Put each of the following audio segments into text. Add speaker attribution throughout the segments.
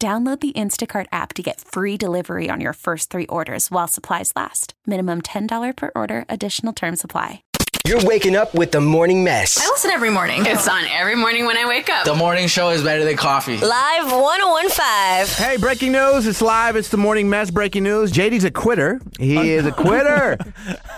Speaker 1: Download the Instacart app to get free delivery on your first three orders while supplies last. Minimum $10 per order, additional term supply.
Speaker 2: You're waking up with the morning mess.
Speaker 3: I listen every morning.
Speaker 4: It's on every morning when I wake up.
Speaker 5: The morning show is better than coffee.
Speaker 3: Live 1015.
Speaker 6: Hey, breaking news. It's live. It's the morning mess. Breaking news. JD's a quitter. He is a quitter.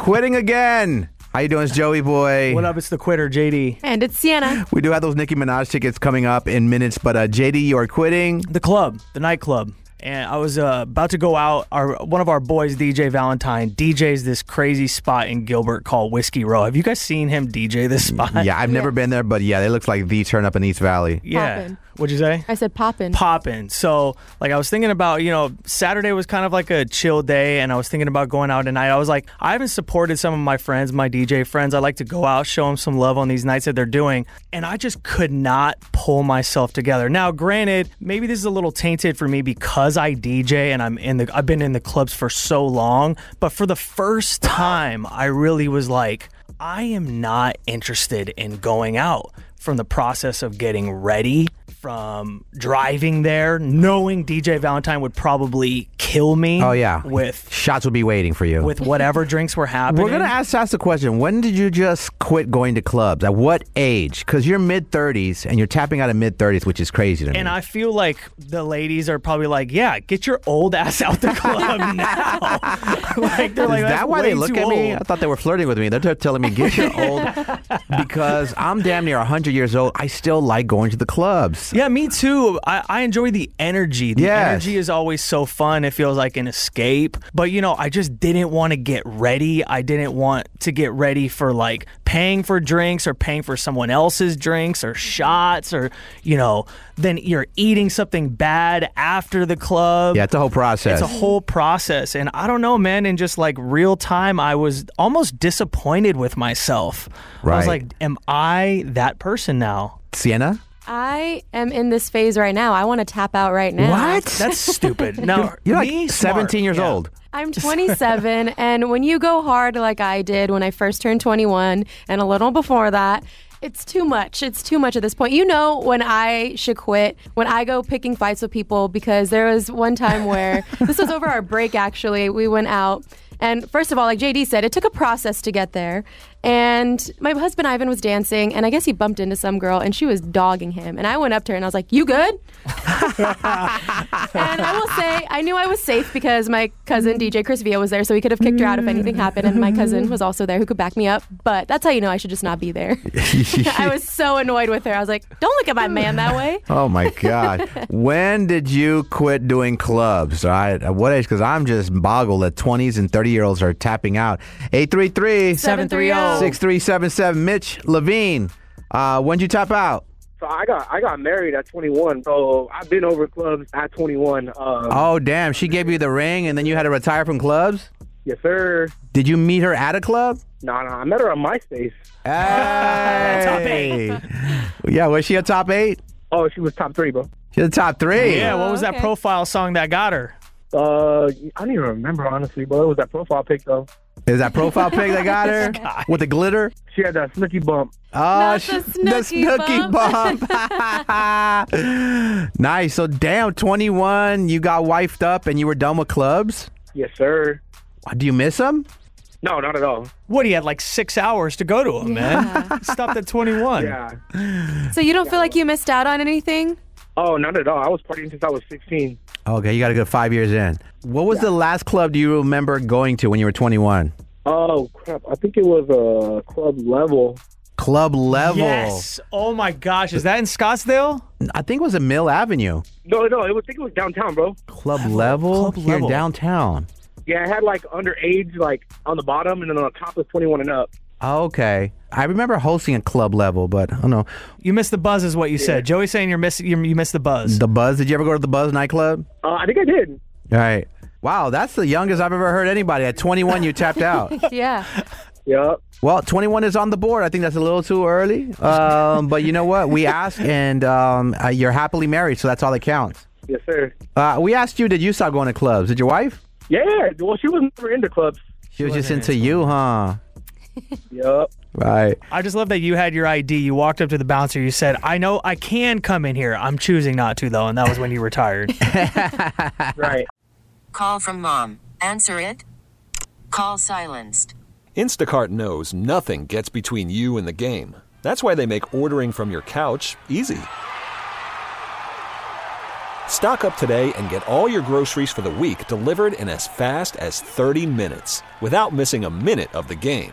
Speaker 6: Quitting again. How you doing? It's Joey Boy.
Speaker 7: What up? It's the quitter, JD.
Speaker 4: And it's Sienna.
Speaker 6: We do have those Nicki Minaj tickets coming up in minutes, but uh, JD, you are quitting.
Speaker 7: The club, the nightclub. And I was uh, about to go out. Our one of our boys, DJ Valentine, DJs this crazy spot in Gilbert called Whiskey Row. Have you guys seen him DJ this spot?
Speaker 6: Yeah, I've never been there, but yeah, it looks like the turn up in East Valley.
Speaker 7: Yeah.
Speaker 4: Poppin'.
Speaker 7: What'd you say?
Speaker 4: I said poppin'.
Speaker 7: popping. So, like, I was thinking about, you know, Saturday was kind of like a chill day, and I was thinking about going out tonight. I was like, I haven't supported some of my friends, my DJ friends. I like to go out, show them some love on these nights that they're doing, and I just could not pull myself together. Now, granted, maybe this is a little tainted for me because I DJ and I'm in the, I've been in the clubs for so long, but for the first time, I really was like, I am not interested in going out from the process of getting ready, from driving there, knowing DJ Valentine would probably kill me.
Speaker 6: Oh, yeah.
Speaker 7: with
Speaker 6: Shots will be waiting for you.
Speaker 7: with whatever drinks were happening.
Speaker 6: We're going to ask Sas the question When did you just quit going to clubs? At what age? Because you're mid 30s and you're tapping out at mid 30s, which is crazy to me.
Speaker 7: And I feel like the ladies are probably like, "Yeah, get your old ass out the club now." like they're
Speaker 6: Is
Speaker 7: like,
Speaker 6: that
Speaker 7: "That's
Speaker 6: why they
Speaker 7: way
Speaker 6: look
Speaker 7: too
Speaker 6: at me? I
Speaker 7: old."
Speaker 6: thought they were flirting with me. They're t- telling me get your old because I'm damn near 100 years old. I still like going to the clubs.
Speaker 7: Yeah, me too. I, I enjoy the energy. The
Speaker 6: Yes.
Speaker 7: energy is always so fun. It feels like an escape. But you know, I just didn't want to get ready. I didn't want to get ready for like paying for drinks or paying for someone else's drinks or shots or you know, then you're eating something bad after the club.
Speaker 6: Yeah, it's a whole process.
Speaker 7: It's a whole process. And I don't know, man. In just like real time, I was almost disappointed with myself. I was
Speaker 6: Right.
Speaker 7: like, am I that person now?
Speaker 6: Sienna?
Speaker 8: I am in this phase right now. I want to tap out right now.
Speaker 7: That's stupid. No,
Speaker 6: You're like
Speaker 7: me,
Speaker 6: 17
Speaker 7: smart.
Speaker 6: years
Speaker 7: Yeah.
Speaker 6: old.
Speaker 8: I'm 27, and when you go hard like I did when I first turned 21 and a little before that, it's too much. It's too much at this point. You know when I should quit, when I go picking fights with people, because there was one time where this was over our break, actually. We went out, and first of all, like JD said, it took a process to get there. And my husband Ivan was dancing, and I guess he bumped into some girl, and she was dogging him. And I went up to her and I was like, You good? and I will say, I knew I was safe because my cousin DJ Chris Villa was there, so he could have kicked her out if anything happened. And my cousin was also there who could back me up. But that's how you know I should just not be there. I was so annoyed with her. I was like, don't look at my man that way.
Speaker 6: Oh my God. when did you quit doing clubs? All right. At what age? Because I'm just boggled that 20s and 30 year olds are tapping out. 833 6377. Mitch Levine, uh, when'd you tap out?
Speaker 9: So I got I got married at 21. So I've been over clubs at 21. Um,
Speaker 6: Oh, damn. She gave you the ring and then you had to retire from clubs?
Speaker 9: Yes, sir.
Speaker 6: Did you meet her at a club?
Speaker 9: No, no, I met her on MySpace.
Speaker 6: top eight. yeah, was she a top eight?
Speaker 9: Oh, she was top three, bro.
Speaker 6: She's a top three.
Speaker 7: Yeah, what was
Speaker 9: Oh,
Speaker 7: that
Speaker 8: okay.
Speaker 7: profile song that got her?
Speaker 9: Uh, I don't even remember honestly, but it was that profile pic though.
Speaker 6: Is that profile pic that got her with the glitter?
Speaker 9: She had that snooky bump.
Speaker 6: Oh,
Speaker 8: Not
Speaker 6: she-
Speaker 8: the snooky
Speaker 6: bump. nice. So, damn, 21, you got wifed up and you were done with clubs?
Speaker 9: Yes, sir.
Speaker 6: Do you miss them?
Speaker 9: No, not at all.
Speaker 7: What, he had like six hours to go to him, man. Stopped at 21.
Speaker 9: Yeah.
Speaker 8: So you don't feel like you missed out on anything?
Speaker 9: Oh, not at all. I was partying since I was 16.
Speaker 6: Okay, you got a good five years in. What was the last club do you remember going to when you were 21?
Speaker 9: Oh crap! I think it was a uh, club level.
Speaker 6: Club level.
Speaker 7: Yes. Oh my gosh. Is that in Scottsdale?
Speaker 6: I think it was a Mill Avenue.
Speaker 9: No, no, it was, I think it was downtown, bro.
Speaker 6: Club level,
Speaker 7: Club
Speaker 6: here
Speaker 7: Level.
Speaker 6: downtown.
Speaker 9: Yeah, it had like underage, like on the bottom, and then on the top was 21 and up.
Speaker 6: Oh, Okay. I remember hosting a club level, but I don't know.
Speaker 7: You missed the buzz, is what you said. Joey's saying you're missing. You you missed the buzz.
Speaker 6: The Buzz, did you ever go to the Buzz nightclub?
Speaker 9: Uh, I think I did.
Speaker 6: All right. Wow, that's the youngest I've ever heard anybody. At 21, you tapped out.
Speaker 8: Yeah.
Speaker 9: Yep.
Speaker 6: Well, 21 is on the board. I think that's a little too early. Um, but you know what? We asked, and um, uh, you're happily married, so that's all that counts.
Speaker 9: Yes, sir.
Speaker 6: Uh, we asked you, did you stop going to clubs? Did your wife?
Speaker 9: Yeah. Well, she was never into clubs.
Speaker 6: She was just into you, huh?
Speaker 9: Yep.
Speaker 6: Right.
Speaker 7: I just love that you had your ID. You walked up to the bouncer. You said, "I know I can come in here. I'm choosing not to, though." And that was when you retired.
Speaker 9: Right.
Speaker 10: Call from mom. Answer it. Call silenced.
Speaker 11: Instacart knows nothing gets between you and the game. That's why they make ordering from your couch easy. Stock up today and get all your groceries for the week delivered in as fast as 30 minutes without missing a minute of the game.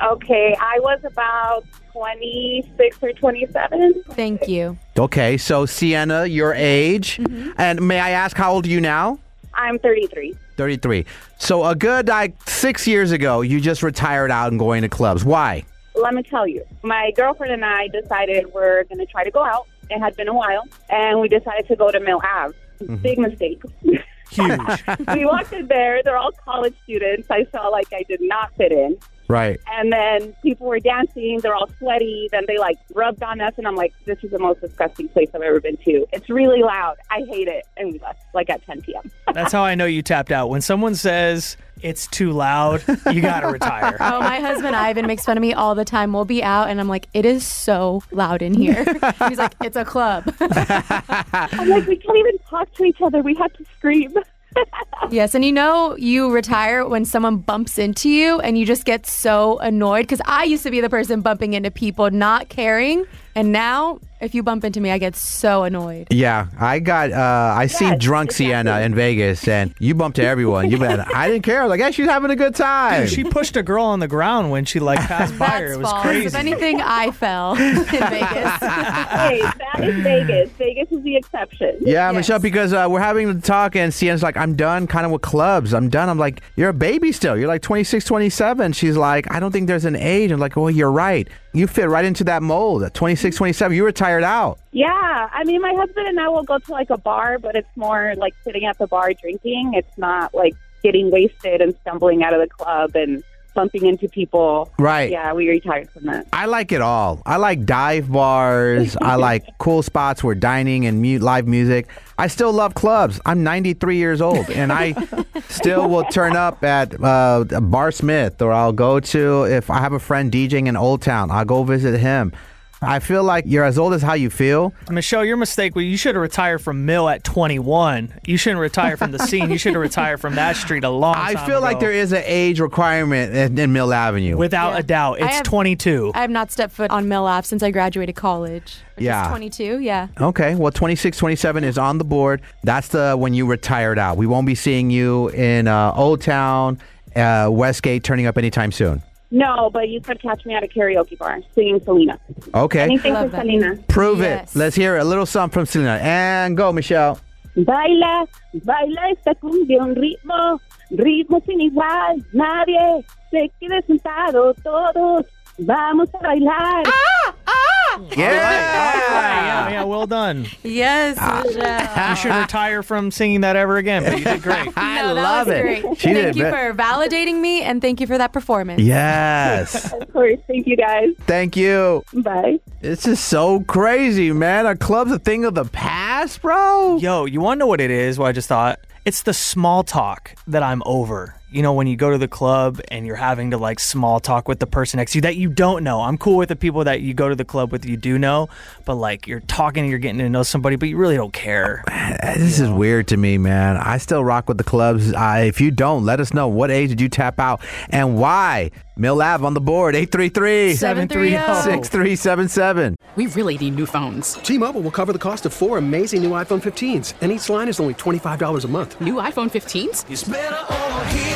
Speaker 12: Okay, I was about 26 or 27.
Speaker 8: Thank you.
Speaker 6: Okay, so Sienna, your age. And may I ask, how old are you now?
Speaker 12: I'm 33.
Speaker 6: 33. So a good like six years ago, you just retired out and going to clubs. Why?
Speaker 12: Let me tell you, my girlfriend and I decided we're going to try to go out. It had been a while, and we decided to go to Mill Ave. Big mistake.
Speaker 7: Huge.
Speaker 12: we walked in there. They're all college students. I felt like I did not fit in.
Speaker 6: Right.
Speaker 12: And then people were dancing. They're all sweaty. Then they like rubbed on us, and I'm like, this is the most disgusting place I've ever been to. It's really loud. I hate it. And we left like at 10 p.m.
Speaker 7: That's how I know you tapped out. When someone says it's too loud, you gotta retire.
Speaker 8: Oh, my husband Ivan makes fun of me all the time. We'll be out, and I'm like, it is so loud in here. He's like, it's a club.
Speaker 12: I'm like, we can't even talk to each other. We had to scream.
Speaker 8: yes, and you know, you retire when someone bumps into you, and you just get so annoyed because I used to be the person bumping into people, not caring. And now, if you bump into me, I get so annoyed.
Speaker 6: Yeah, I got. Uh, I seen drunk Sienna in Vegas, and you bumped to everyone. You bet. I didn't care. Like, hey, she's having a good time.
Speaker 7: Dude, she pushed a girl on the ground when she like passed by her. It was
Speaker 8: false. If
Speaker 7: crazy.
Speaker 8: anything, I fell in Vegas.
Speaker 12: hey, that is Vegas. Vegas is the exception.
Speaker 6: yeah, Michelle, because uh, we're having the talk, and Sienna's like, I'm done kind of with clubs. I'm done. I'm like, you're a baby still. You're like 26, 27. She's like, I don't think there's an age. I'm like, well, you're right. You fit right into that mold. At 26, 27, you were tired out.
Speaker 12: Yeah, I mean, my husband and I will go to like a bar, but it's more like sitting at the bar drinking. It's not like getting wasted and stumbling out of the club and bumping into people.
Speaker 6: Right.
Speaker 12: Yeah, we retired from that.
Speaker 6: I like it all. I like dive bars. I like cool spots where dining and mu- live music. I still love clubs. I'm 93 years old, and I still will turn up at uh, Bar Smith, or I'll go to if I have a friend DJing in Old Town. I'll go visit him. I feel like you're as old as how you feel.
Speaker 7: Michelle, your mistake. Well, you should have retired from Mill at 21. You shouldn't retire from the scene. You should have retired from that street a long
Speaker 6: I
Speaker 7: time
Speaker 6: feel like
Speaker 7: ago.
Speaker 6: there is an age requirement in, in Mill Avenue.
Speaker 7: Without a doubt,
Speaker 8: I
Speaker 7: it's
Speaker 8: have-
Speaker 7: 22.
Speaker 8: I have not stepped foot on Mill Ave since I graduated college.
Speaker 7: Ah.
Speaker 6: Yeah.
Speaker 8: 22, yeah.
Speaker 6: Okay, well, 26, 27 is on the board. That's the when you retired out. We won't be seeing you in uh, Old Town, uh, Westgate, turning up anytime soon.
Speaker 12: No, but you could catch me at a karaoke bar singing Selena.
Speaker 6: Okay.
Speaker 12: Anything for Selena.
Speaker 6: Prove it. Let's hear a little something from Selena. And go, Michelle.
Speaker 12: Baila, baila esta cumbia, un ritmo, ritmo sin igual. Nadie se quede sentado, todos vamos a bailar.
Speaker 7: yeah, yeah, well done.
Speaker 8: Yes,
Speaker 7: Ah.
Speaker 8: Michelle.
Speaker 7: You should retire from singing that ever again. But you did great.
Speaker 6: I
Speaker 8: Ah. No, that was great. thank you for validating me and thank you for that performance.
Speaker 6: Yes.
Speaker 12: of course. Thank you guys.
Speaker 6: Thank you.
Speaker 12: Bye.
Speaker 6: This is so crazy, man. A club's a thing of the past, bro.
Speaker 7: Yo, you want to know what it is? What I just thought? It's the small talk that I'm over. You know, when you go to the club and you're having to like small talk with the person next to you that you don't know. I'm cool with the people that you go to the club with you do know, but like you're talking and you're getting to know somebody, but you really don't care.
Speaker 6: This is weird to me, man. I still rock with the clubs. I, if you don't, let us know what age did you tap out and why. Mill Ave on the board, 833-730-6377.
Speaker 13: We really need new phones.
Speaker 14: T-Mobile will cover the cost of four amazing new iPhone 15s, and each line is only $25 a month.
Speaker 13: New iPhone 15s?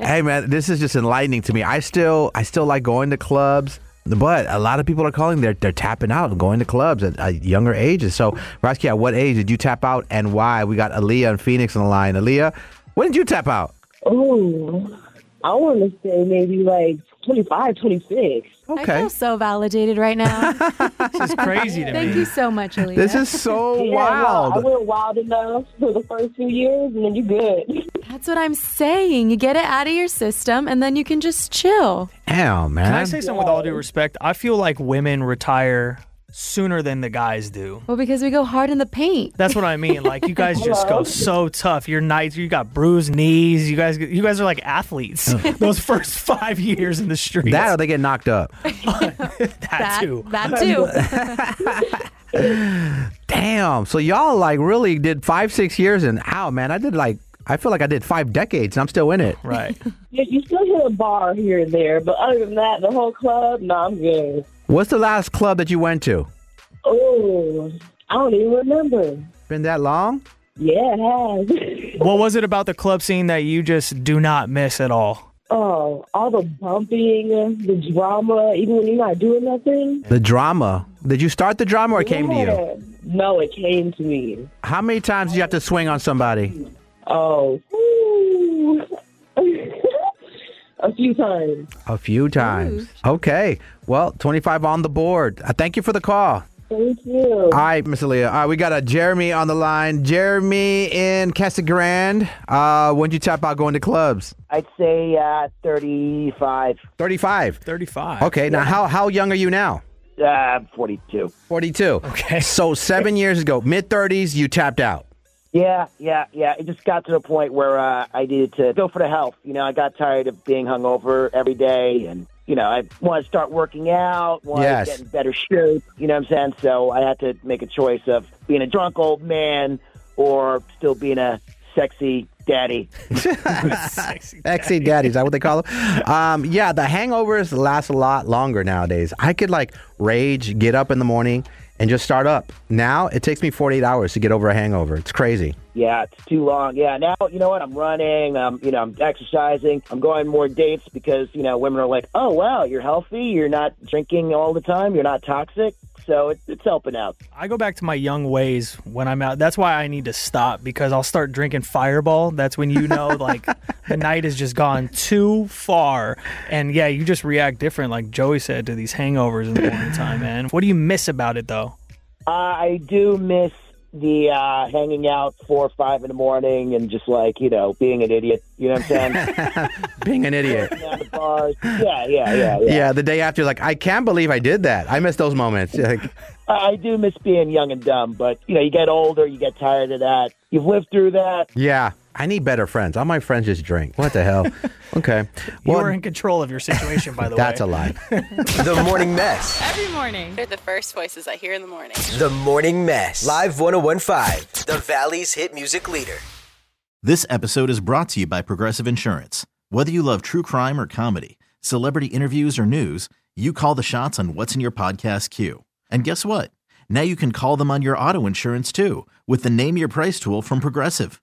Speaker 6: Hey man, this is just enlightening to me. I still I still like going to clubs, but a lot of people are calling they're they're tapping out and going to clubs at, at younger ages. So, Roski, at what age did you tap out and why? We got Aaliyah and Phoenix on the line. Aaliyah, when did you tap out?
Speaker 15: Oh, I want to say maybe like 25, 26.
Speaker 8: I feel so validated right now. this is
Speaker 7: crazy
Speaker 15: to
Speaker 8: Thank
Speaker 15: me.
Speaker 8: you so much, Aaliyah.
Speaker 6: This is so
Speaker 15: Yeah,
Speaker 6: wild.
Speaker 15: Well, I went wild enough for the first few years, and then you're good.
Speaker 8: That's what I'm saying. You get it out of your system and then you can just chill.
Speaker 6: Damn, man.
Speaker 7: Can I say something with all due respect? I feel like women retire sooner than the guys do.
Speaker 8: Well, because we go hard in the paint.
Speaker 7: That's what I mean. Like you guys just go so tough. Your nights, you got bruised knees. You guys, you guys are like athletes. Those first five years in the streets.
Speaker 6: That or they get knocked up.
Speaker 7: that too.
Speaker 8: That too.
Speaker 6: Damn. So y'all like really did five six years and how man? I did like I feel like I did five decades and I'm still in it.
Speaker 7: Right.
Speaker 15: You, you still hit a bar here and there, but other than that, the whole club, no, I'm good.
Speaker 6: What's the last club that you went to?
Speaker 15: Oh, I don't even remember.
Speaker 6: Been that long?
Speaker 15: Yeah, it has.
Speaker 7: What was it about the club scene that you just do not miss at all?
Speaker 15: oh, all the bumping, the drama, even when you're not doing nothing.
Speaker 6: The drama. Did you start the drama or it came to you?
Speaker 15: Yeah. No, it came to me.
Speaker 6: How many times do you have to swing on somebody?
Speaker 15: Oh, woo. a few times.
Speaker 6: A few times. Okay. Well, 25 on the board. Uh, thank you for the call.
Speaker 15: Thank you.
Speaker 6: All right, Miss Aaliyah. All right, we got a Jeremy on the line. Jeremy in Casa Grande. Uh, when'd you tap out going to clubs?
Speaker 16: I'd say uh, 35.
Speaker 6: 35.
Speaker 7: 35.
Speaker 6: Okay. Now, how, how young are you now?
Speaker 16: Uh, I'm 42.
Speaker 6: 42. Okay. So seven years ago, mid 30s, you tapped out.
Speaker 16: Yeah, yeah, yeah. It just got to the point where uh, I needed to go for the health. You know, I got tired of being hungover every day, and you know, I wanted to start working out, wanted
Speaker 6: Yes.
Speaker 16: to get in better shape. You know what I'm saying? So I had to make a choice of being a drunk old man or still being a sexy daddy.
Speaker 6: Sexy daddies, is that what they call them? Um, yeah, the hangovers last a lot longer nowadays. I could like rage, get up in the morning, and just start up. Now it takes me 48 hours to get over a hangover. It's crazy.
Speaker 16: Yeah, it's too long. Yeah, now you know what? I'm running. Um, you know, I'm exercising. I'm going more dates because you know women are like, oh wow, you're healthy. You're not drinking all the time. You're not toxic. So it, it's helping out.
Speaker 7: I go back to my young ways when I'm out. That's why I need to stop because I'll start drinking Fireball. That's when you know like the night has just gone too far, and yeah, you just react different, like Joey said, to these hangovers in the morning time. Man, what do you miss about it though?
Speaker 16: Uh, I do miss the uh, hanging out four or five in the morning and just like you know being an idiot. You know what I'm saying?
Speaker 6: Being an idiot.
Speaker 16: At the bars. Yeah, yeah, yeah, yeah.
Speaker 6: Yeah, the day after, like, I can't believe I did that. I miss those moments. Like,
Speaker 16: I I do miss being young and dumb, but you know, you get older, you get tired of that. You've lived through that.
Speaker 6: yeah, I need better friends. All my friends just drink. What the hell? Okay.
Speaker 7: you are in control of your situation, by the
Speaker 6: that's a
Speaker 7: way.
Speaker 6: lie.
Speaker 1: The Morning Mess.
Speaker 4: Every morning. They're the first voices I hear in the morning.
Speaker 1: The Morning Mess. Live 1015, the Valley's hit music leader.
Speaker 17: This episode is brought to you by Progressive Insurance. Whether you love true crime or comedy, celebrity interviews or news, you call the shots on what's in your podcast queue. And guess what? Now you can call them on your auto insurance too with the Name Your Price tool from Progressive.